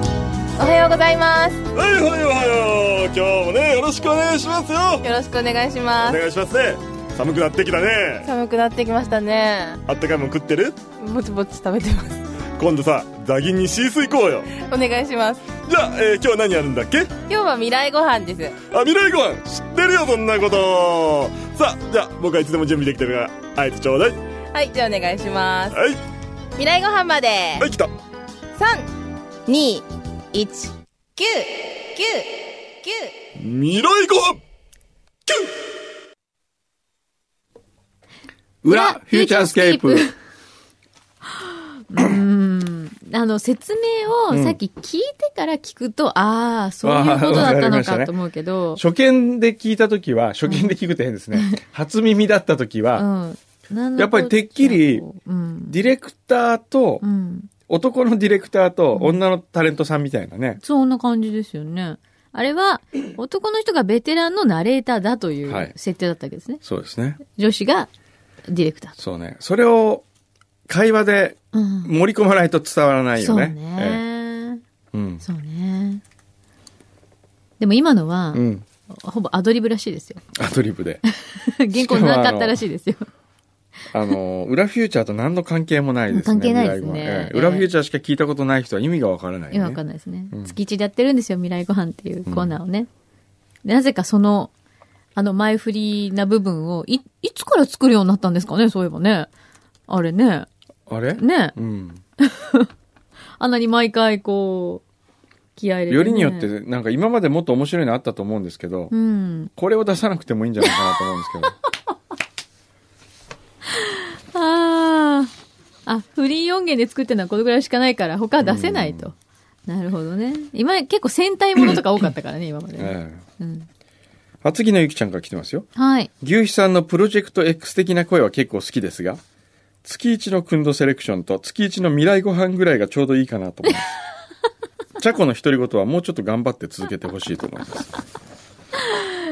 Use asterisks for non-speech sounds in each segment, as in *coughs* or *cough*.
ようございますはいはいはいはい今日もねよろしくお願いしますよよろしくお願いしおます願いしますね寒くなってきたね寒くなってきましたねあったかいもん食ってるぼちぼち食べてます *laughs* 今度さザギンにシースー行こうよお願いしますじゃあ、えー今日何やるんだっけ今日は未来ご飯ですあ未来ご飯知ってるよそんなことさあじゃあ僕はいつでも準備できてるからあいつちょうだいはいじゃあお願いしますはい未来ご飯まではい来た3 2 1 9 9 9未来ご飯キュン裏、フューチャースケープ。あの、説明をさっき聞いてから聞くと、ああ、そういうことだったあーわかりのましたかねと思うけど、初見で聞いたときは、初見で聞くと変ですね。初耳だったときうは、ん。何のやっぱりてっきりうん。ディレクターとう、ん。男のディレクターと女のタレントさんみたいなね。そんな感じですよね。あれは、男の人がベテランのナレーターだといはいう設定だったわけですね。そうですね。女子がディレクターと。そうね。それを会話でうん。盛り込まないと伝わらないそようね。ね。ええうん。そうね。でも今のは、うん。ほぼアドリブらしいですよ。 *laughs* アドリブで。原稿なかったらしいですよ。あの、裏フューチャーと何の関係もないですね。関係ないですね未来はええええ裏フューチャーしか聞いたことない人は意味がわからない、ね。今わかんないですね、うん月一でやってるんですよ未来ご飯っていうコーナーをね、でなぜかそのあの前振りな部分をいいつから作るようになったんですかねそういえばねあれねあれねうん。あんなに毎回こう気合い入れて、ね、よりによって、なんか今までもっと面白いのあったと思うんですけど、うんこれを出さなくてもいいんじゃないかなと思うんですけど。あーあフリー音源で作ってるのはこのぐらいしかないから他は出せないと、なるほどね今結構戦隊ものとか多かったからね今までね、 *laughs* ええうん、厚木のゆきちゃんから来てますよ。はい牛肥さんのプロジェクト X 的な声は結構好きですが、月一のくんどセレクションと月一の未来ご飯ぐらいがちょうどいいかなと思 *laughs* います。チャコの独り言はもうちょっと頑張って続けてほしいと思います。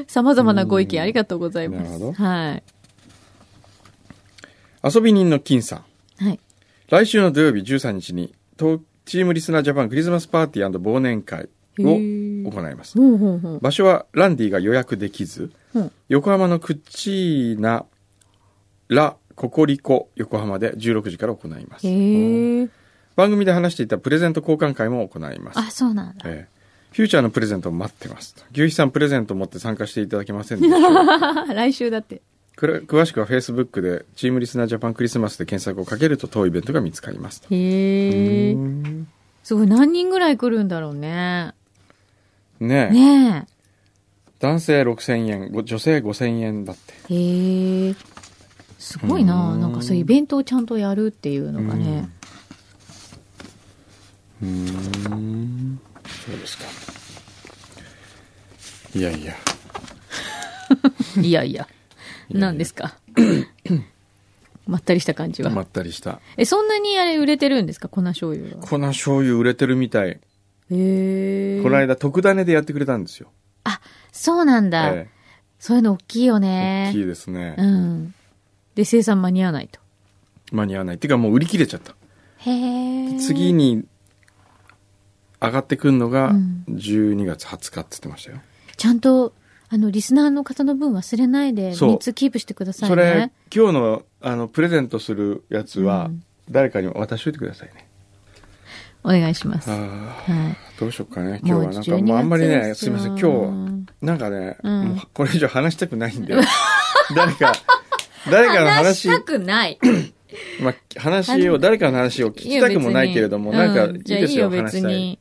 様々なご意見ありがとうございます。なるほどはい。遊び人の金さん。はい。来週の土曜日13日に、東チームリスナージャパンクリスマスパーティー忘年会を行います。ほうほうほう。場所はランディが予約できず、うん横浜のクッチーナラココリコ横浜で16時から行います、へえ。番組で話していたプレゼント交換会も行います、あ、そうなんだ。ええフューチャーのプレゼントを待ってます牛肥さんプレゼント持って参加していただけませんでしょ *laughs* うか来週だって。くら詳しくは Facebook でチームリスナージャパンクリスマスで検索をかけると当イベントが見つかりますとへえ。すごい、何人ぐらい来るんだろうね。ねえね男性6000円ご女性5000円だってえ。へえ。すごいな。うんなんかそういうイベントをちゃんとやるっていうのがね。うんそうですかいやいやいやいや。や何です *coughs* か。まったりした感じまは。ったりしたえ、そんなにあれ売れてるんですか粉醤油は。粉醤油売れてるみたい、へえ。この間特ダネでやってくれたんですよ、そうなんだ。えそういうの大きいよえね。大きいですね、うん。で、生産間に合わないと。間に合わないっていうかもう売り切れちゃったへえ。次に上がってくるのがうん12月20日って言ってましたよ、ちゃんと、あの、リスナーの方の分忘れないで、そう3つキープしてくださいね。それ今日のあのプレゼントするやつはうん誰かに渡しといてくださいね、お願いします。はあい。ーどうしようかね今もう日はなん12かもうあんまりね月ですいよません今日なんかね、うんもうこれ以上話したくないんで *laughs* 誰か誰かの話したくない。まあ、話を、誰かの話を聞きたくもないけれども、いいよなんか別いにいうんじゃあいでいすよ、よ、別話したい。に。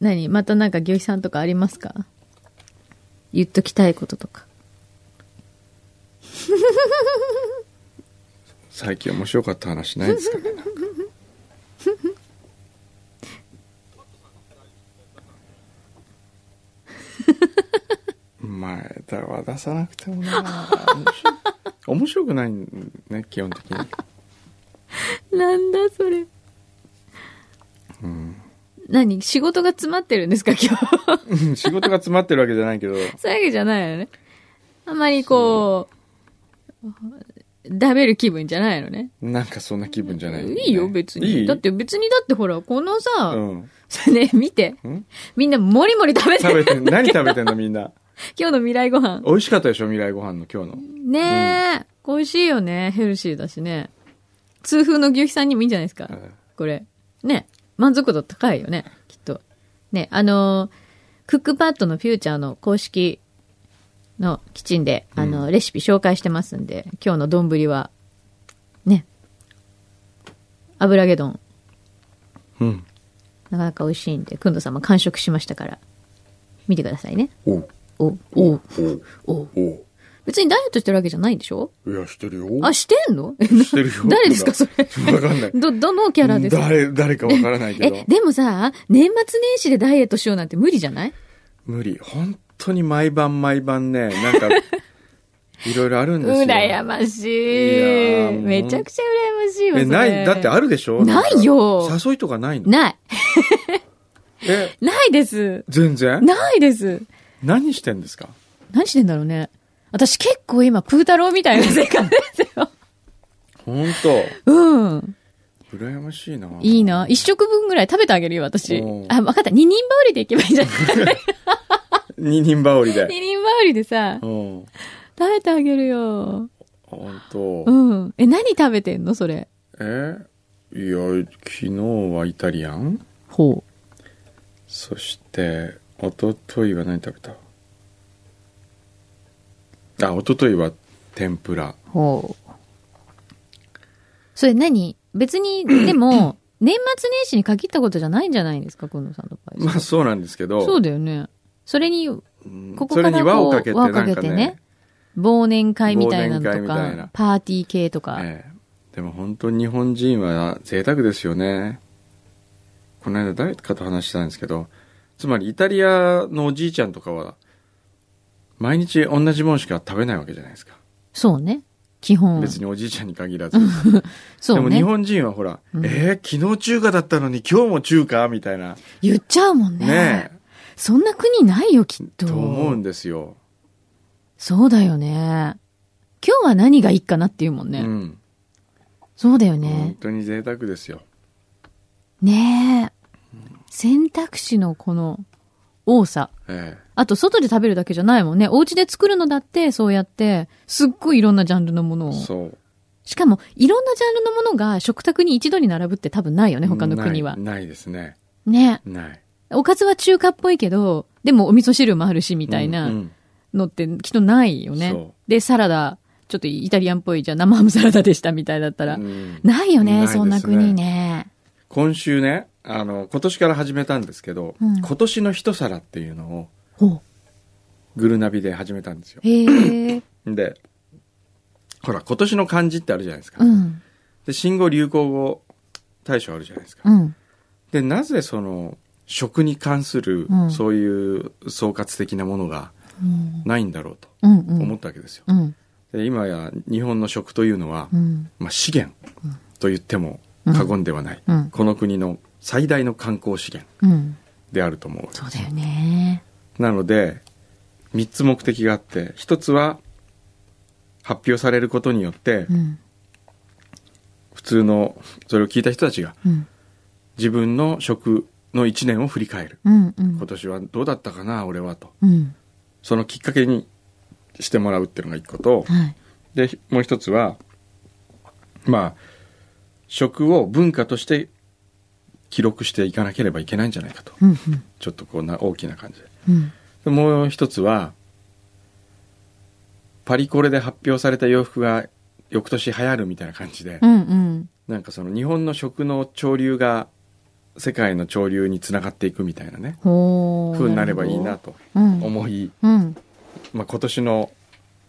何またなんか、牛肥さんとかありますか言っときたいこととか。最近面白かった話な *laughs* いですかね。前だは出さなくてもな面白い面白くないね基本的になんだ、それ。何仕事が詰まってるんですか、今日。 *laughs* うん仕事が詰まってるわけじゃないけどそういうわけじゃないよね。あんまりこう、食べる気分じゃないのね。なんかそんな気分じゃない、いいよ、別に。いいだって別にだってほら、このさ、うん。 *laughs* ね、見てん。みんなもりもり食べて食べる。てん、何食べてんのみんな。 *laughs* 今日の未来ご飯。美味しかったでしょ未来ご飯の今日の。ねえ、美味しいよね。ヘルシーだしね。痛風の牛皮さんにもいいんじゃないですか。うんこれ。ね。満足度高いよね。きっと。ね。あのー、クックパッドのフューチャーの公式のキッチンで、あのー、レシピ紹介してますんで、今日の丼は、ね。油揚げ丼。うん。なかなか美味しいんで、くんどさんも完食しましたから、見てくださいね。おう、おう、おう、おう、おう。お別にダイエットしてるわけじゃないんでしょう。いや、してるよ。あ、してんのえしてるよ。 *laughs* 誰ですか、それ。れ。わかんない。ど、どのキャラですか誰、誰かわからないけえど、。でもさ、年末年始でダイエットしようなんて無理じゃない無理。本当に毎晩毎晩ね、なん *laughs* か、いろいろあるんですよ。羨ましいやーい。もうめちゃくちゃ羨ましいわ。え、それない、だってあるでしょないよんか誘いとかないのない。え、ないです。全然ないです。何してんですか何してんだろうね。私結構今、プータローみたいな生活ですよ。本 *laughs* 当うん。羨ましいな。いいな。一食分ぐらい食べてあげるよ、私お。ーあ、わかった。二人羽織でいけばいいんじゃない二人羽織で。二人羽織でさ、うん。食べてあげるよ。本当、うん。え、何食べてんのそれ。えいや、昨日はイタリアンほう。そして、一昨日は何食べたあ、一昨日は天ぷら。ほう。それ何別 *clears throat* に、でも、年末年始に限ったことじゃないんじゃないんですか、くんのさんの場合。まあそうなんですけど、そうだよね。それに、うんここそかれらこにう輪をかけてなんか輪ねをかけてね忘年会みたいなの忘と年会みたいなか、パーティー系とか。ええでも本当に日本人は贅沢ですよね。この間誰かと話したんですけど、つまりイタリアのおじいちゃんとかは、毎日同じもんしか食べないわけじゃないですか。そうね。基本。別におじいちゃんに限らず。そでうも日ね。本人はほら、えー昨日中華だったのに今日も中華みたいな。言っちゃうもんね。ねそんな国ないよ、きっえ。と。と思うんですよ。そうだよね。今日は何がいいかなっていうもんね。うん。そうだよ本ね。当に贅沢ですよ。ねえ。選択肢のこの多さ。ええ。あと、外で食べるだけじゃないもんね。お家で作るのだって、そうやって、すっごいいろんなジャンルのものを。そう。しかも、いろんなジャンルのものが食卓に一度に並ぶって多分ないよね、他の国はない。ないですね。ね。ない。おかずは中華っぽいけど、でもお味噌汁もあるし、みたいな。うんうんのってきっとないよねそ。で、サラダ、ちょっとイタリアンっぽい、じゃあ生ハムサラダでしたみたいだったら。うんないよないね、ですねそんな国ね。今週ねあの今年から始めたんですけど、うん今年の一皿っていうのをほグルナビで始めたんですよう。へえ。でほら今年の漢字ってあるじゃないですか、うん。で新語・流行語大賞あるじゃないですか、うん。でなぜその食に関するうんそういう総括的なものがうん。ないんだろうとうん。う思んったわけですよ、うん。で今や日本の食というのは、うん。まあ、資源と言っても過言ではない、うん。この国の最大の観光資源うん。であると思うそうだよね。なので、3つ目的があって、1つは、発表されることによってう、ん。普通の、それを聞いた人たちが、うん。自分の食の1年を振り返る。うん。うん今。年はどうだったかな、俺はと。うん。そのきっかけにしてもらうっていうのが1個と、はい。で、もう1つは、まあ、食を文化として記録していかなければいけないんじゃないかと。うん。うんちょっとこんな大きな感じで。うん。でもう一つはパリコレで発表された洋服が翌年流行るみたいな感じで、うん。うん。なんかその日本の食の潮流が世界の潮流につながっていくみたいなねほう。風になればいいなとうん。思い、うん。まあ、今年の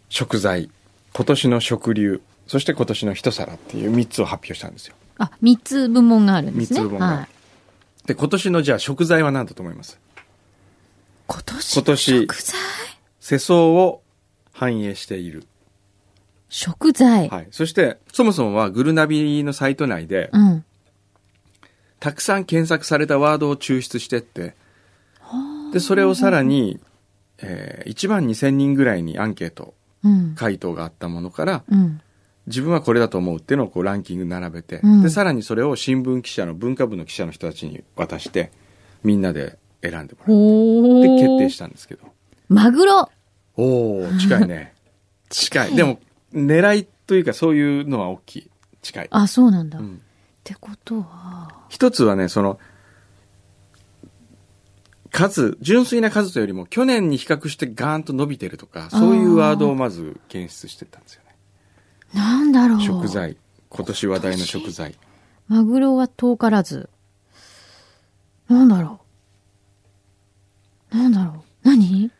食材今年の食流そして今年の一皿っていう3つを発表したんですよあ、三つ部門があるんですね。三つ部門がはい。で今年のじゃあ食材は何だと思います今年。今年食材世相を反映している食材。はい。そして、そもそもはグルナビのサイト内で、うん。たくさん検索されたワードを抽出してって、で、それをさらに、えー1万2000人ぐらいにアンケート、うん。回答があったものから、うん。自分はこれだと思うっていうのをこうランキング並べて、うんでさらにそれを新聞記者の文化部の記者の人たちに渡してみんなで選んでもらうほってー決定したんですけどマグロおお近 *laughs* いね近いでも狙いというかそういうのは大きい近い、あ、そうなんだ。うっんてことは、一つはねその数純粋な数というよりも去年に比較してガーンと伸びてるとかそういうワードをまず検出してったんですよねなんだろう。食。材今年話題の食材マグロは遠からず。なんだろう。なんだろう。何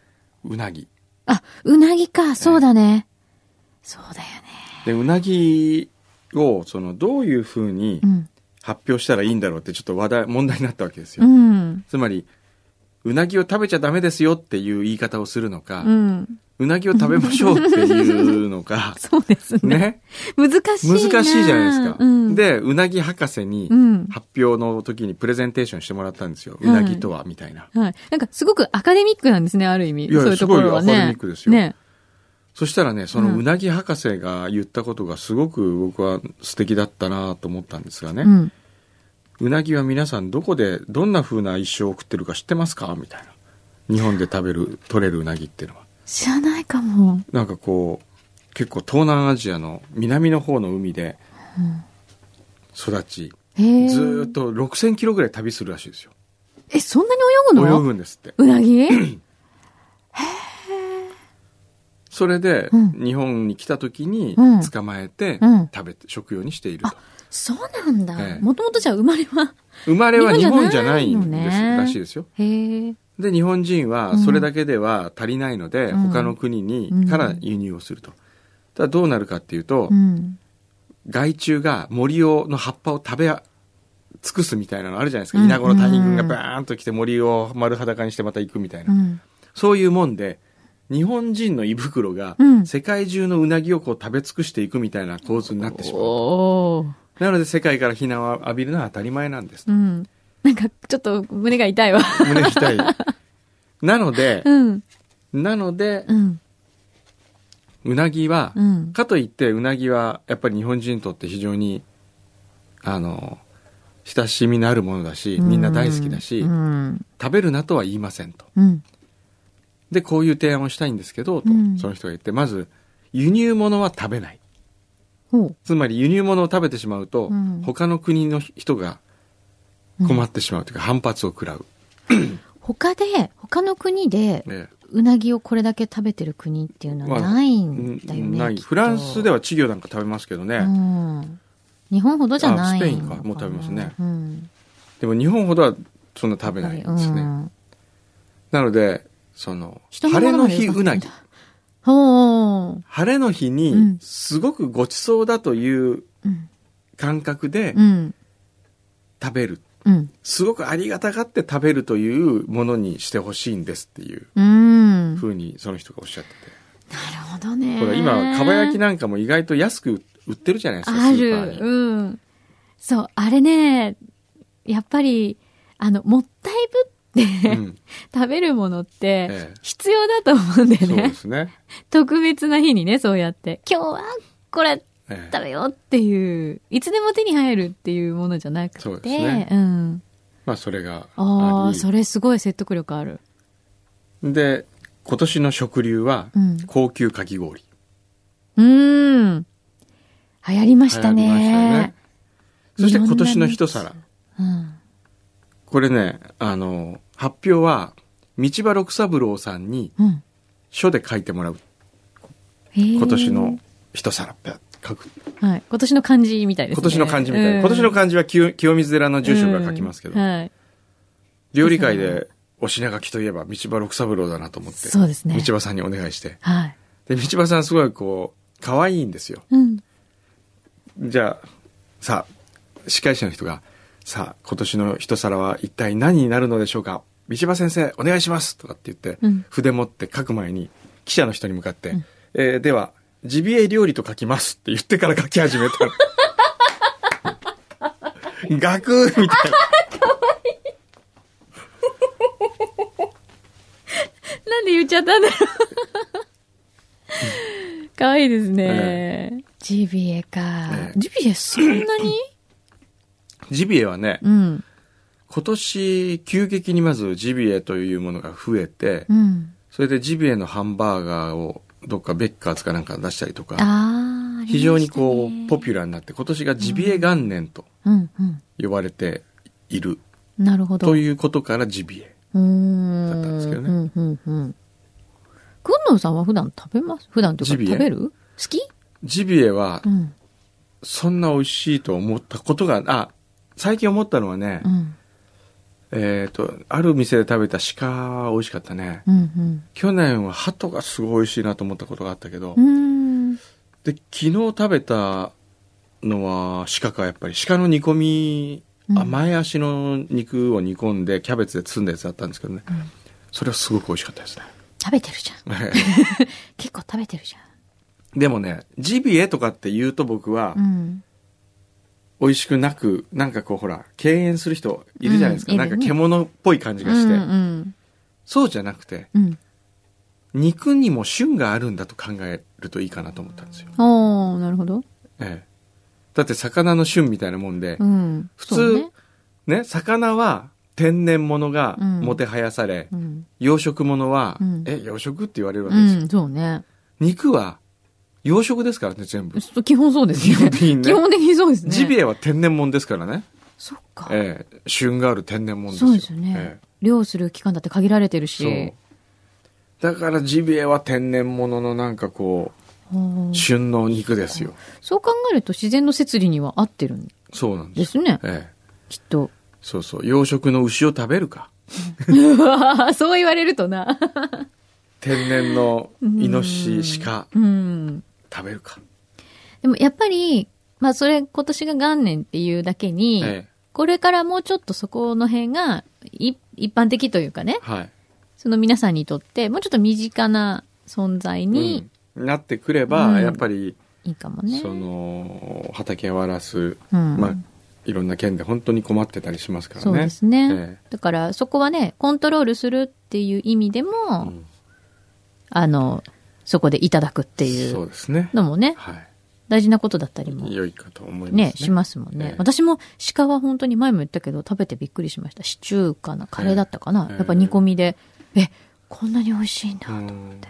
うなぎあ、うなぎか。そうだね。そうだよね。でうなぎをそのどういうふうにうん。発表したらいいんだろうってちょっと話題問題になったわけですよ、うん。つまりうなぎを食べちゃダメですよっていう言い方をするのか、ううん。なぎを食べましょうっていうのか *laughs* そうですね。ね難しいな。難しいじゃないですか、うん、、でうなぎ博士にうん。発表の時にプレゼンテーションしてもらったんですよ、はいうなぎとはみたいなはい。なんかすごくアカデミックなんですね、ある意味。いやいやそういうところはね。すごいアカデミックですよね。そしたらねそのうんうなぎ博士が言ったことがすごく僕は素敵だったなと思ったんですがね、うん。うなぎは皆さんどこでどんな風な一生を送ってるか知ってますかみたいな日本で食べる取れるうなぎっていうのは知らないかも。なんかこう結構東南アジアの南の方の海で育ち、へえ。ずーっと6 0 0 0キロぐらい旅するらしいですよえ、そんなに泳ぐの泳ぐんですってうな *clears throat* ぎそれでうん日本に来た時にうん捕まえてうん食べて食用にしていると、そうなんえだ。えもともとじゃあ生まれは。生まれは日日本本じじゃゃなないいのんねですらしいですよへえ。で日本人はそれだけでは足りないので、うん他の国に、うんから輸入をするとただどうなるかっていうと、うん。害虫が森をの葉っぱを食べ尽くすみたいなのあるじゃないですか、うん稲子の大群がバーンと来て森を丸裸にしてまた行くみたいな、うん。そういうもんで日本人の胃袋がうん世界中のうなぎをこう食べ尽くしていくみたいな構図になってしまう、おー。なので世界から非難を浴びるのは当たり前なんです、うん。なんか、ちょっと胸が痛いわ。胸が痛い *laughs* なので、うん。なのでうん。うなぎは、うん。かといってうなぎはやっぱり日本人にとって非常にあの親しみのあるものだしみんな大好きだし、うん。食べるなとは言いませんとうん。でこういう提案をしたいんですけどと、うんその人が言ってまず輸入物は食べないほう。つまり輸入物を食べてしまうと、うん他の国の人が困ってしまうというか、反発を食らう、他で、他の国で、ねうなぎをこれだけ食べてる国っていうのはまあないうんだよね。ないきっとフランスでは稚魚なんか食べますけどね、うん。日本ほどじゃないあスペインかのもう食べますねうん。でも日本ほどはそんな食べないんですね、うんなのでその人の晴もれののまで日うなぎほう。晴れの日うんにすごくごちそうだといううん。感覚でうん。食べる、うん。すごくありがたがって食べるというものにしてほしいんですっていううん。なるふうにその人がおっしゃってて、ほどね。ほら今かば焼きなんかも意外と安く売ってるじゃないですかあスーパる。ーに、うん。そう、あれね、やっぱり、あの、もったいぶって、うん *laughs* 食べるものって、ええ必要だと思うんだよそうでね。すね、特別な日にね、そうやって。今日は、これ、ええ食べようっていう、いつでも手に入るっていうものじゃなくて、そうですねうん。まあそれがあああ、りそれすごい説得力ある。で今年の食流はうん高級かき氷、うーん。流行りました流行りましたよねね。そして今年の一皿うん。これねあの発表は道場六三郎さんにうん。書で書いてもらう今今年の一皿ペッ書くはい。今年の漢字みたいですね。今年の漢字みたいな、うん今年の漢字は清清水寺の住職が書きますけど、うんはい。料理界でお品書きといえば道場六三郎だなと思って、そうですね。道場さんにお願いしてはい。で道場さんすごいこう可愛いんですようん。じゃあさあ司会者の人が「さあ今年の一皿は一体何になるのでしょうか道場先生お願いします」とかって言って、うん筆持って書く前に記者の人に向かって「えーではジビエ料理と書きます」って言ってから書き始めた *laughs* のガクーみたいななんで言っちゃったんだろう。可愛いですね。ジビエかええ。ジビエそんなにジビエはね、うん。今年急激にまずジビエというものが増えて、うん。それでジビエのハンバーガーをどっかベッカーズかなんか出したりとか、ああ、非常にこう、ポピュュラーになって、今年がジビエ元年とラー。うんうん。呼ばれているなるほど。とういうことからジビエ。ーん。だったんですけどねうんうんうん。くんのうさんは普段食べます普段とジいうビエか食べる好きジビエはう、ん。そんな美味しいと思ったことが、あ、最近思ったのはねう、ん。えっと、ある店で食べた鹿は美味しかったね。うんうん。去年は鳩がすごい美味しいなと思ったことがあったけど、うーん。で昨日食べたのは鹿かやっぱり鹿の煮込み、うんあ前足の肉を煮込んでキャベツで包んだやつだったんですけどね、それはすごく美味しかったですね食べてるじゃん。結構食べてるじでもねジビエとかって言うと僕はゃん。うん。美味しくなくなんかこうほら敬遠する人いるじゃないですか、うんいなるんねか獣っぽい感じがして、うんうんそうじゃなくてうん。肉にも旬があるんだと考えるといいかなと思ったんですよ、おー、なるほど。ええ、だって魚の旬みたいなもんで、うん。普通そうねね、魚は天然物がうんもてはやされ、うん。養殖物は、うんえ、養殖って言われるわうけですよ。ん、そうね。肉は養殖ですからね、全部。そう基本そうですね。基本的にね基本的にそうですね。ジビエは天然物ですからね。そっか。ええ旬がある天然物ですよ。そうですよねえ。漁する期間だって限られてるえし。そう。だからジビエは天然物のなんかこほうう、旬の肉ですよ。そう考えると自然の摂理には合ってるんそうなんで。ですすね。ええきっと。 *laughs* そうそう。養殖の牛を食べるか。うわそう言われるとな。天然のイノシシ、鹿、うん。食べるか。でもやっぱり、まあそれ今年が元年っていうだけに、ええこれからもうちょっとそこの辺がい一般的というかね、はい。その皆さんにとってもうちょっと身近な存在にうんなってくれば、うんやっぱりいいかもね。その畑を荒らす、うんまあ、いろんな県で本当に困ってたりしますからね。そうですね。えだからそこはね、コントロールするっていう意味でも、えうんあの、そこでいただくっていそううですね。のもね、は大事なことだったりもい。良いかと思いますね。ね、しますもんねええ。私も鹿は本当に前も言ったけど食べてびっくりしました。シチューかなカレーだったかなええやっぱ煮込みで、え、こんなに美味しいんだう。ん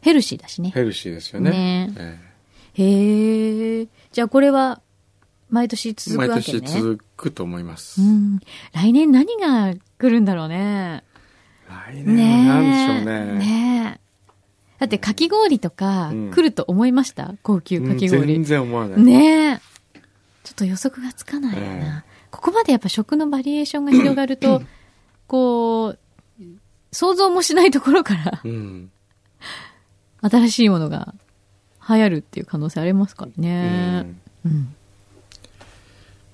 ヘルシーだしね。ヘルシーですよね。ねええへえ。じゃあこれは毎年続毎くわけね。年続くと思います。うん。来年何が来るんだろうね。来ね年はなんでしょえうね。ねえだってかき氷とかうん来ると思いました、高級うかんき氷。全然思わない。ねえ。ちょっと予測がつかないよな。ここまでやっぱ食のバリエーションが広がると、こう、想像もしないところからうん。新しいものが流行るっていう可能性ありますからうね。んうん。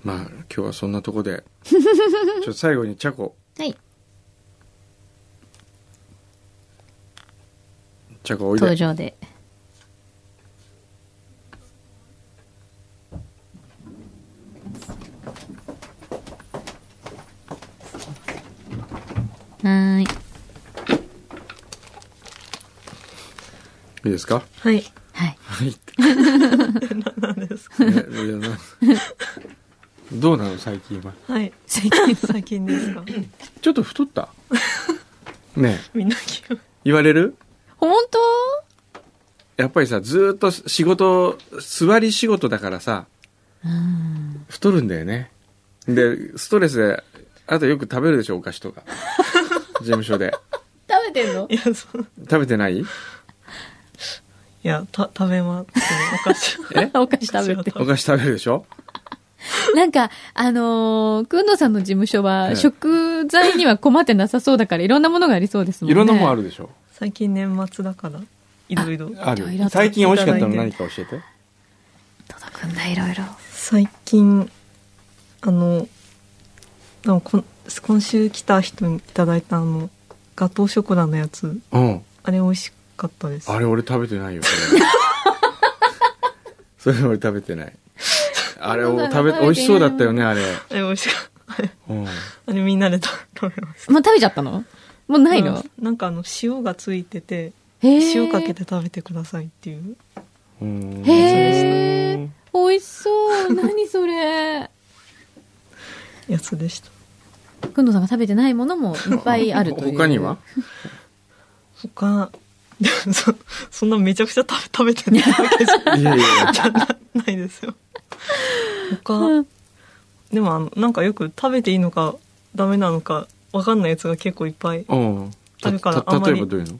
まあ、今日はそんなと *laughs* こで。ちょっと最後にチャコ、はい。チャコおいで。登場で。はーい。いいで *laughs* すかはい。はい。はい。何ですかねいやなどうなの最近ははい。最近、最近ですかちょっと太 *laughs* ったねえみんな気を。言われる本当やっぱりさずーっと仕事座り仕事だからさ太るんだよねでストレスであなたよく食べるでしょお菓子と *laughs* か事務所で食べてんのいや、そう。食べてないいや、た、食べます。お菓 *laughs* 子。え *laughs* お菓子食べて。お菓子食べるでしょなんか、あのー、くんのさんの事務所ええは、食材には困ってなさそうだから、いろんなものがありそうですもんね。いろんなもんあ。るでしょ最近年末だから、いろいろ。あいろいるろ最近美味しかったのいただい何てか教えて届くんだ、いろいろ。最近、あの、でもこん今週来た人にいただいたあの、ガトーショコラのやつ、うんあれ美味しかったです。あれ俺食べてないよそれ *laughs* それ俺食べてないあれを食べ食べてない美味しそうだったよねあれ、あれ美味しかった。 *laughs* うん、あれみんなで食べました。もう食べちゃったのもうないの、うんなんかあの、塩がついてて、へえ塩かけて食べてくださいっていううんへえ美味しそう何それやつでしたくんどうさんが食べてないものもいっぱ *laughs* いあるという他に *laughs* は他 *laughs* そそんなめちゃくちゃ食べ食べてないわけじゃいやいやいやじゃなないですよ他、うんでもあのなんかよく食べていいのかダメなのかわかんないやつが結構いっぱいいうんたあるからたあんまり例えばどういうの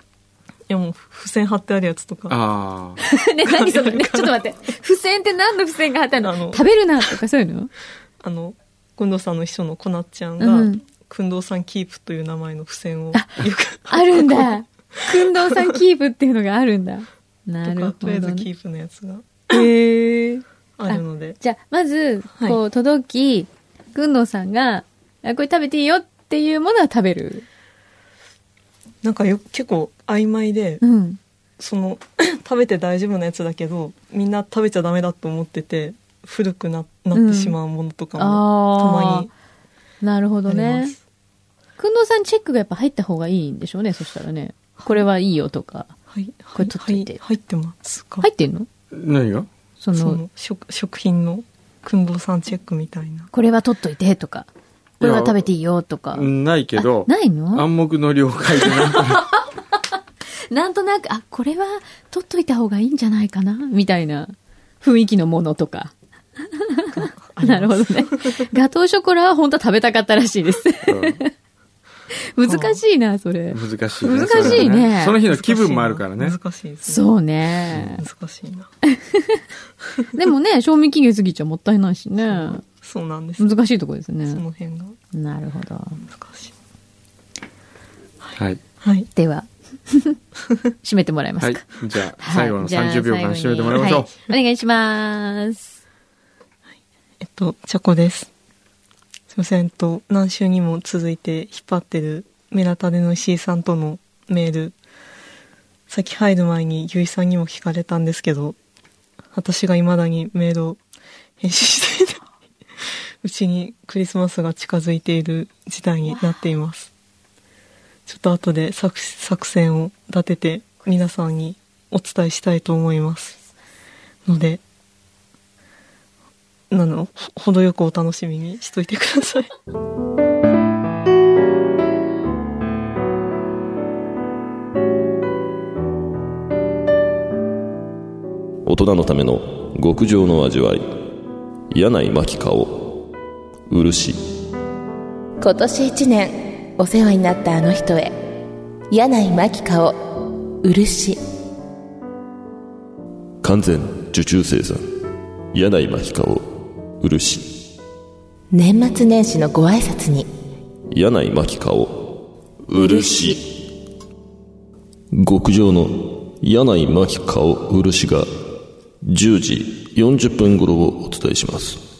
やもう付箋貼ってあるやつとかああ *laughs* ね何それねちょっと待って付箋って何の付箋が貼ってあるあのの食べるなとかそういうのあのくんどうさんの秘書のこなっちゃんうがん「くんどうさんキープ」という名前の付箋をよくあるんだくんどうさんキープっていうのがあるんだなとるかほとどりあえずキねープのやつがへーあるのでじゃあ、まず、はいこう、届き、くんのさんが、あこれ食べていいよっていうものは食べる。なんかよ結構曖昧でうん。その *clears throat* 食べて大丈夫なやつだけどみんな食べちゃダメだと思ってて古くななってしまうものとかもあたまあに。なるほどありまね。す、くんのさんチェックがやっぱ入った方がいいんでしょうね、そしたらね。これはいいよとか。はいこれ取っといてはい、入ってますか、入ってんの何がその、その食食品の薫堂さんチェックみたいなこれは取っといてとか、これは食べていいよとか。ないけどないの暗黙の了解でなんかなんとなく、あ、これは取っといた方がいいんじゃないかなみたいな雰囲気のものとか。なるほどね。ガトーショコラは本当は食べたかったらしいです。難しいな、それ。難しいね難それはしいねその日の気分もあるからね難しいですねそうね。難しいなでもね、賞味期限過ぎちゃもったいないしね。そうなんです、難しいとこですそね。の辺がなるほど。難しいはいはいでは、 *laughs* 締めてもらえますはかい。じゃあはい最後のじゃあ30秒間最後締にめてもらいましょうはいお願いします。えっと、チャコです。すいません、えっと、何週にも続いて引っ張ってるメラタデの石井さんとのメール。さっき入る前にゆいさんにも聞かれたんですけど、私が未だにメールを返信してい *laughs* ない。うちにクリスマスが近づいている事態になっています。ちょっと後で作作戦を立てて皆さんにお伝えしたいと思います。ので、なの、ほ程よくお楽しみにしといてください。大人のための極上の味わい柳井真紀顔漆今年一年お世話になったあの人へ柳井真紀香を漆完全受注生産柳井真紀顔漆年末年始のご挨拶に柳井真紀顔漆極上の柳井真紀顔漆が10時40分頃をお伝えします